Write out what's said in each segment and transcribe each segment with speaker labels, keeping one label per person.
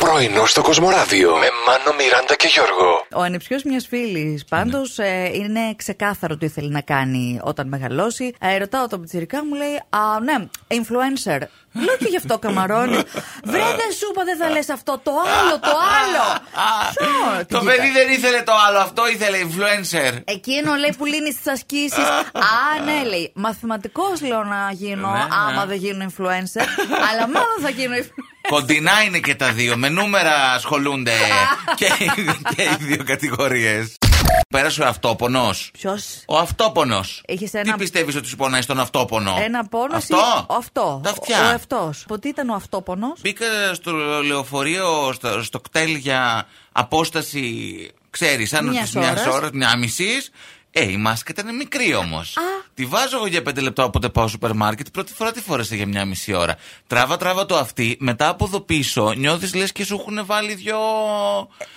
Speaker 1: Πρωινό στο Κοσμοράδιο με Μάνο, Μιράντα και Γιώργο.
Speaker 2: Ο ανεψιός μιας φίλης πάντως
Speaker 3: Ναι.
Speaker 2: ε, είναι ξεκάθαρο τι θέλει να κάνει όταν μεγαλώσει. Ε, ρωτάω τον πιτσυρικά μου λέει Α, ναι, influencer. Λέω και γι' αυτό καμαρώνει. Βρε, δεν σου είπα, δεν θα λες αυτό. Το άλλο, το άλλο. Ποιο,
Speaker 3: Το
Speaker 2: τι
Speaker 3: παιδί
Speaker 2: κοίτα.
Speaker 3: δεν ήθελε το άλλο, αυτό ήθελε influencer.
Speaker 2: Εκείνο λέει που λύνεις τις ασκήσεις. Α, ναι, λέει. Μαθηματικός λέω να γίνω,
Speaker 3: Ναι, ναι.
Speaker 2: άμα δεν γίνω influencer. αλλά μάλλον θα γίνω influencer.
Speaker 3: Κοντινά είναι και τα δύο, με νούμερα ασχολούνται και, και οι δύο κατηγορίες. Πέρασε ο αυτόπονος.
Speaker 2: Ποιος.
Speaker 3: Ο αυτόπονος.
Speaker 2: Έχεις
Speaker 3: Τι
Speaker 2: ένα-
Speaker 3: πιστεύεις ότι σου πονάει στον αυτόπονο.
Speaker 2: Ένα πόνος
Speaker 3: Αυτό.
Speaker 2: αυτό.
Speaker 3: Τα
Speaker 2: Ο
Speaker 3: αυτιά.
Speaker 2: αυτό. Ποτέ ήταν ο αυτόπονος.
Speaker 3: Μπήκα στο λεωφορείο, στο, στο κτέλ για απόσταση, ξέρεις, άνω
Speaker 2: Μιας
Speaker 3: τη μιας
Speaker 2: ώρας.
Speaker 3: ώρας, μια μισής. Ε, η μάσκα ήταν μικρή όμως. Τη βάζω εγώ για πέντε λεπτά όποτε πάω στο σούπερ μάρκετ. Πρώτη φορά τη φόρεσα για μια μισή ώρα. Τράβα, τράβα το αυτή. Μετά από εδώ πίσω νιώθεις λες και σου έχουν βάλει δυο.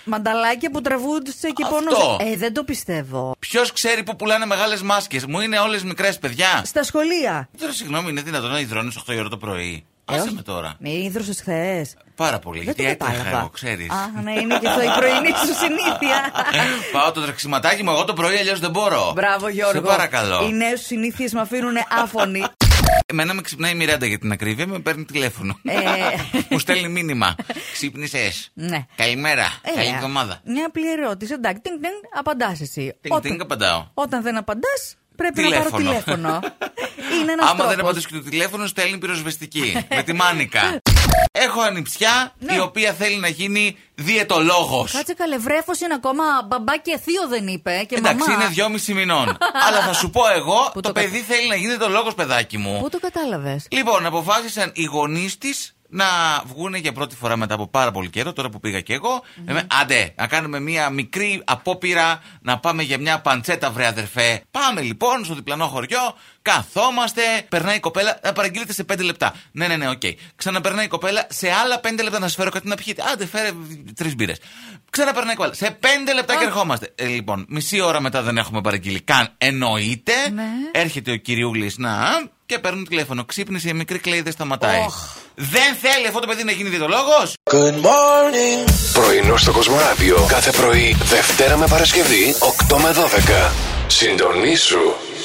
Speaker 2: Μανταλάκια που τραβούνται και
Speaker 3: Αυτό.
Speaker 2: πονούσαν. Ε, δεν το πιστεύω.
Speaker 3: Ποιος ξέρει που πουλάνε μεγάλες μάσκες. Μου είναι όλες μικρές, παιδιά.
Speaker 2: Στα σχολεία.
Speaker 3: Τώρα συγγνώμη, είναι δυνατόν να υδρώνεις 8 η ώρα το πρωί.
Speaker 2: Ε,
Speaker 3: Άσε
Speaker 2: όχι.
Speaker 3: με τώρα.
Speaker 2: Με ίδρωσε χθες.
Speaker 3: Πάρα πολύ.
Speaker 2: Δεν το
Speaker 3: Γιατί έτρεχα
Speaker 2: κατάλαβα.
Speaker 3: εγώ, ξέρει.
Speaker 2: Α, ναι, είναι και αυτό η πρωινή σου συνήθεια.
Speaker 3: Ε, Πάω το τρεξιματάκι μου, εγώ το πρωί αλλιώς δεν μπορώ.
Speaker 2: Μπράβο, Γιώργο.
Speaker 3: Σε παρακαλώ.
Speaker 2: Οι νέες σου συνήθειες με αφήνουν άφωνοι.
Speaker 3: Εμένα με ξυπνάει η Μιράντα για την ακρίβεια, με παίρνει τηλέφωνο.
Speaker 2: Ε.
Speaker 3: μου στέλνει μήνυμα. Ξύπνησες.
Speaker 2: Ναι.
Speaker 3: Καλημέρα.
Speaker 2: Ε,
Speaker 3: Καλή εβδομάδα.
Speaker 2: Μια απλή ερώτηση. Εντάξει, τίνγκ, τίνγκ, απαντάς εσύ.
Speaker 3: Τίνγκ, τίνγκ, απαντάω.
Speaker 2: Όταν δεν απαντάς, πρέπει να πάρω τηλέφωνο. είναι ένας
Speaker 3: Άμα
Speaker 2: τρόπο.
Speaker 3: δεν απαντήσω και το τηλέφωνο, στέλνει πυροσβεστική. με τη μάνικα. Έχω ανιψιά
Speaker 2: Ναι.
Speaker 3: η οποία θέλει να γίνει διαιτολόγος.
Speaker 2: Κάτσε καλέ, βρέφος είναι ακόμα μπαμπά και θείο δεν είπε. Και
Speaker 3: Εντάξει,
Speaker 2: μαμά.
Speaker 3: είναι δυόμιση μηνών. Αλλά θα σου πω εγώ,
Speaker 2: Πού
Speaker 3: το,
Speaker 2: το κα-
Speaker 3: παιδί θέλει να γίνει το λόγο, παιδάκι μου.
Speaker 2: Πού το κατάλαβες.
Speaker 3: Λοιπόν, αποφάσισαν οι γονείς της να βγουν για πρώτη φορά μετά από πάρα πολύ καιρό, τώρα που πήγα και εγω Λέμε, άντε, να κάνουμε μία μικρή απόπειρα να πάμε για μια παντσέτα, βρε αδερφέ. Πάμε λοιπόν στο διπλανό χωριό, καθόμαστε, περνάει η κοπέλα, να παραγγείλετε σε 5 λεπτά. Ναι, ναι, ναι, οκ. Ξαναπερνάει η κοπέλα, σε άλλα 5 λεπτά να σας φέρω κάτι να πιείτε. Άντε, φέρε τρεις μπύρες. Ξαναπερνάει η κοπέλα, σε 5 λεπτά και ερχόμαστε. Ε, λοιπόν, μισή ώρα μετά δεν έχουμε παραγγείλει καν, εννοείται.
Speaker 2: Ναι.
Speaker 3: Έρχεται ο κυριούλης να. Και παίρνουν τηλέφωνο. Ξύπνησε η μικρή κλαίει, δεν σταματάει.
Speaker 2: Οχ.
Speaker 3: Δεν θέλει αυτό το παιδί να γίνει διαιτολόγο.
Speaker 1: Πρωινό στο Κοσμοράδιο κάθε πρωί, Δευτέρα με Παρασκευή, 8 με 12. Συντονίσου